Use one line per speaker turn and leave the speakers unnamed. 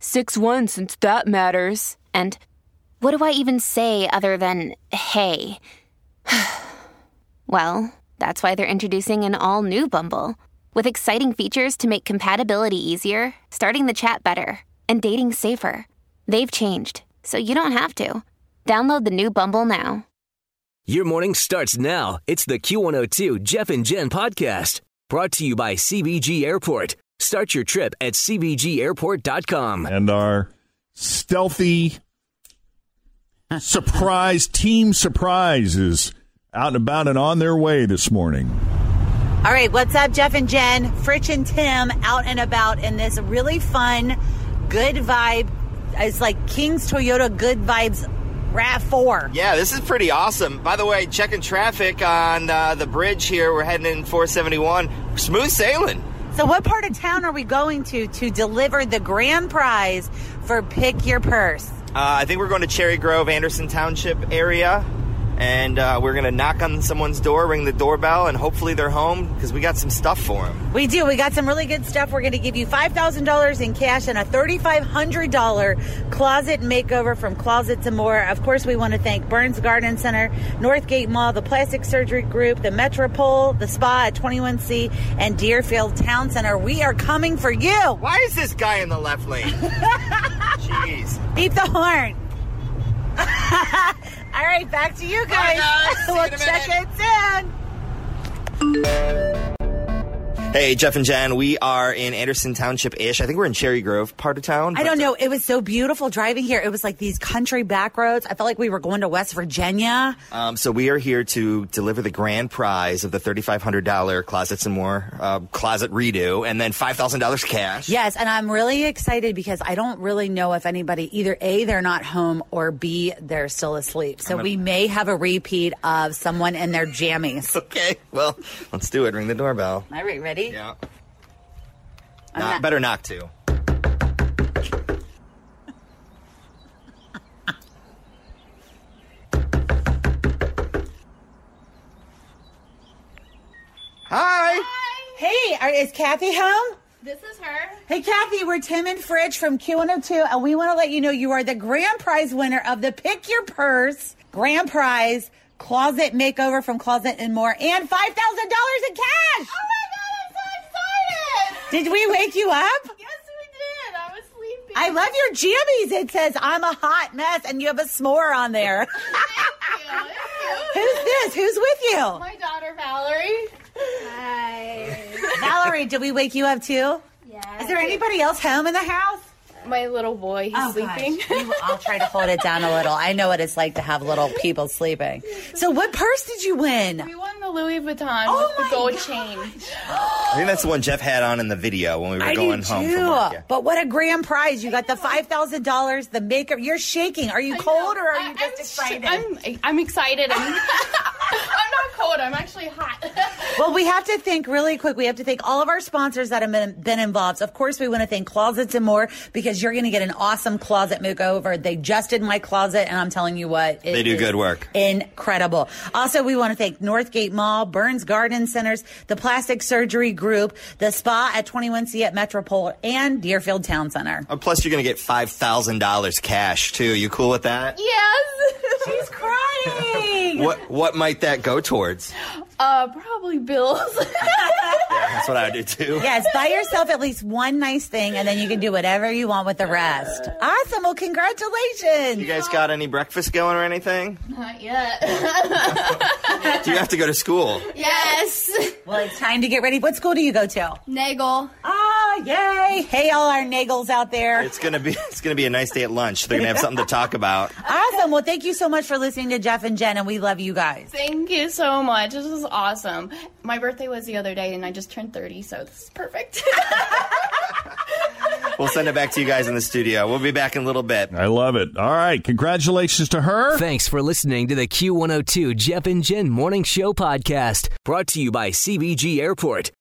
6 1 since that matters. And what do I even say other than hey? well, that's why they're introducing an all new Bumble with exciting features to make compatibility easier, starting the chat better, and dating safer. They've changed, so you don't have to. Download the new Bumble now.
Your morning starts now. It's the Q102 Jeff and Jen podcast brought to you by CBG Airport. Start your trip at CBGAirport.com.
and our stealthy surprise team surprise is out and about and on their way this morning.
All right, what's up, Jeff and Jen? Fritch and Tim out and about in this really fun, good vibe. It's like King's Toyota Good Vibes RAV4.
Yeah, this is pretty awesome. By the way, checking traffic on uh, the bridge here. We're heading in 471. Smooth sailing.
So, what part of town are we going to to deliver the grand prize for Pick Your Purse?
Uh, I think we're going to Cherry Grove, Anderson Township area, and uh, we're going to knock on someone's door, ring the doorbell, and hopefully they're home because we got some stuff for them.
We do. We got some really good stuff. We're going to give you $5,000 in cash and a $3,500 closet makeover from Closet to More. Of course, we want to thank Burns Garden Center, Northgate Mall, the Plastic Surgery Group, the Metropole, the Spa at 21C, and Deerfield Town Center. We are coming for you.
Why is this guy in the left lane? Jeez.
Beep the horn. All right, back to you
Bye,
guys.
guys. See you
we'll
in a
check
minute.
it soon.
Hey, Jeff and Jen, we are in Anderson Township ish. I think we're in Cherry Grove part of town.
I
but,
don't
uh,
know. It was so beautiful driving here. It was like these country back roads. I felt like we were going to West Virginia.
Um, so we are here to deliver the grand prize of the thirty-five hundred dollar closets and more uh, closet redo, and then five thousand dollars cash.
Yes, and I'm really excited because I don't really know if anybody either A they're not home or B they're still asleep. So we may have a repeat of someone in their jammies.
Okay. Well, let's do it. Ring the doorbell.
All right, ready?
Yeah.
I'm
Not,
not-
better not to. Hi.
Hey, are, is Kathy home?
This is her.
Hey, Kathy, we're Tim and Fridge from Q102, and we want to let you know you are the grand prize winner of the Pick Your Purse grand prize closet makeover from Closet and More and $5,000 in cash.
Oh my god, I'm so excited!
Did we wake you up?
Yes, we did. I was sleeping.
I love your jammies. It says, I'm a hot mess, and you have a s'more on there.
Thank you. Oh
Who's this? Who's with you?
My daughter Valerie. Hi.
Valerie, did we wake you up too?
Yeah.
Is there anybody else home in the house? Oh,
My little boy. He's sleeping.
I'll try to hold it down a little. I know what it's like to have little people sleeping. So, what purse did you win?
we won the Louis Vuitton
Oh
with
my
the gold
God.
chain.
I think that's the one Jeff had on in the video when we were going home from work. yeah.
But what a grand prize! You got the five thousand dollars, the maker. You're shaking. Are you cold or are
I-
you just
I'm sh-
excited?
I'm, I'm excited. I'm, I'm not cold. I'm actually hot.
Well, we have to thank really quick. We have to thank all of our sponsors that have been, been involved. Of course, we want to thank Closets and More because you're going to get an awesome closet makeover. They just did my closet, and I'm telling you what, it
They do
is
good work.
Incredible. Also, we want to thank Northgate Mall, Burns Garden Centers, the Plastic Surgery Group, the Spa at 21C at Metropole, and Deerfield Town Center.
Uh, Plus, you're gonna get five thousand dollars cash too. You cool with that?
yes.
She's crying.
What What might that go towards?
Uh, probably bills.
That's what I do too.
Yes, buy yourself at least one nice thing, and then you can do whatever you want with the rest. Awesome. Well, congratulations.
You guys got any breakfast going or anything?
not yet.
Do you have to go to school?
yes.
Well, it's time to get ready. What school do you go to?
Nagel.
Oh, yay. Hey, all our nagels out there.
It's gonna be It's gonna be a nice day at lunch. They're gonna have something to talk about.
awesome. Well, thank you so much for listening to Jeff and Jen, and we love you guys.
Thank you so much. This is awesome. My birthday was the other day, and I just turned 30, so this is perfect.
We'll send it back to you guys in the studio. We'll be back in a little bit.
I love it. All right. Congratulations to her.
Thanks for listening to the Q102 Jeff and Jen Morning Show podcast, brought to you by CBG Airport.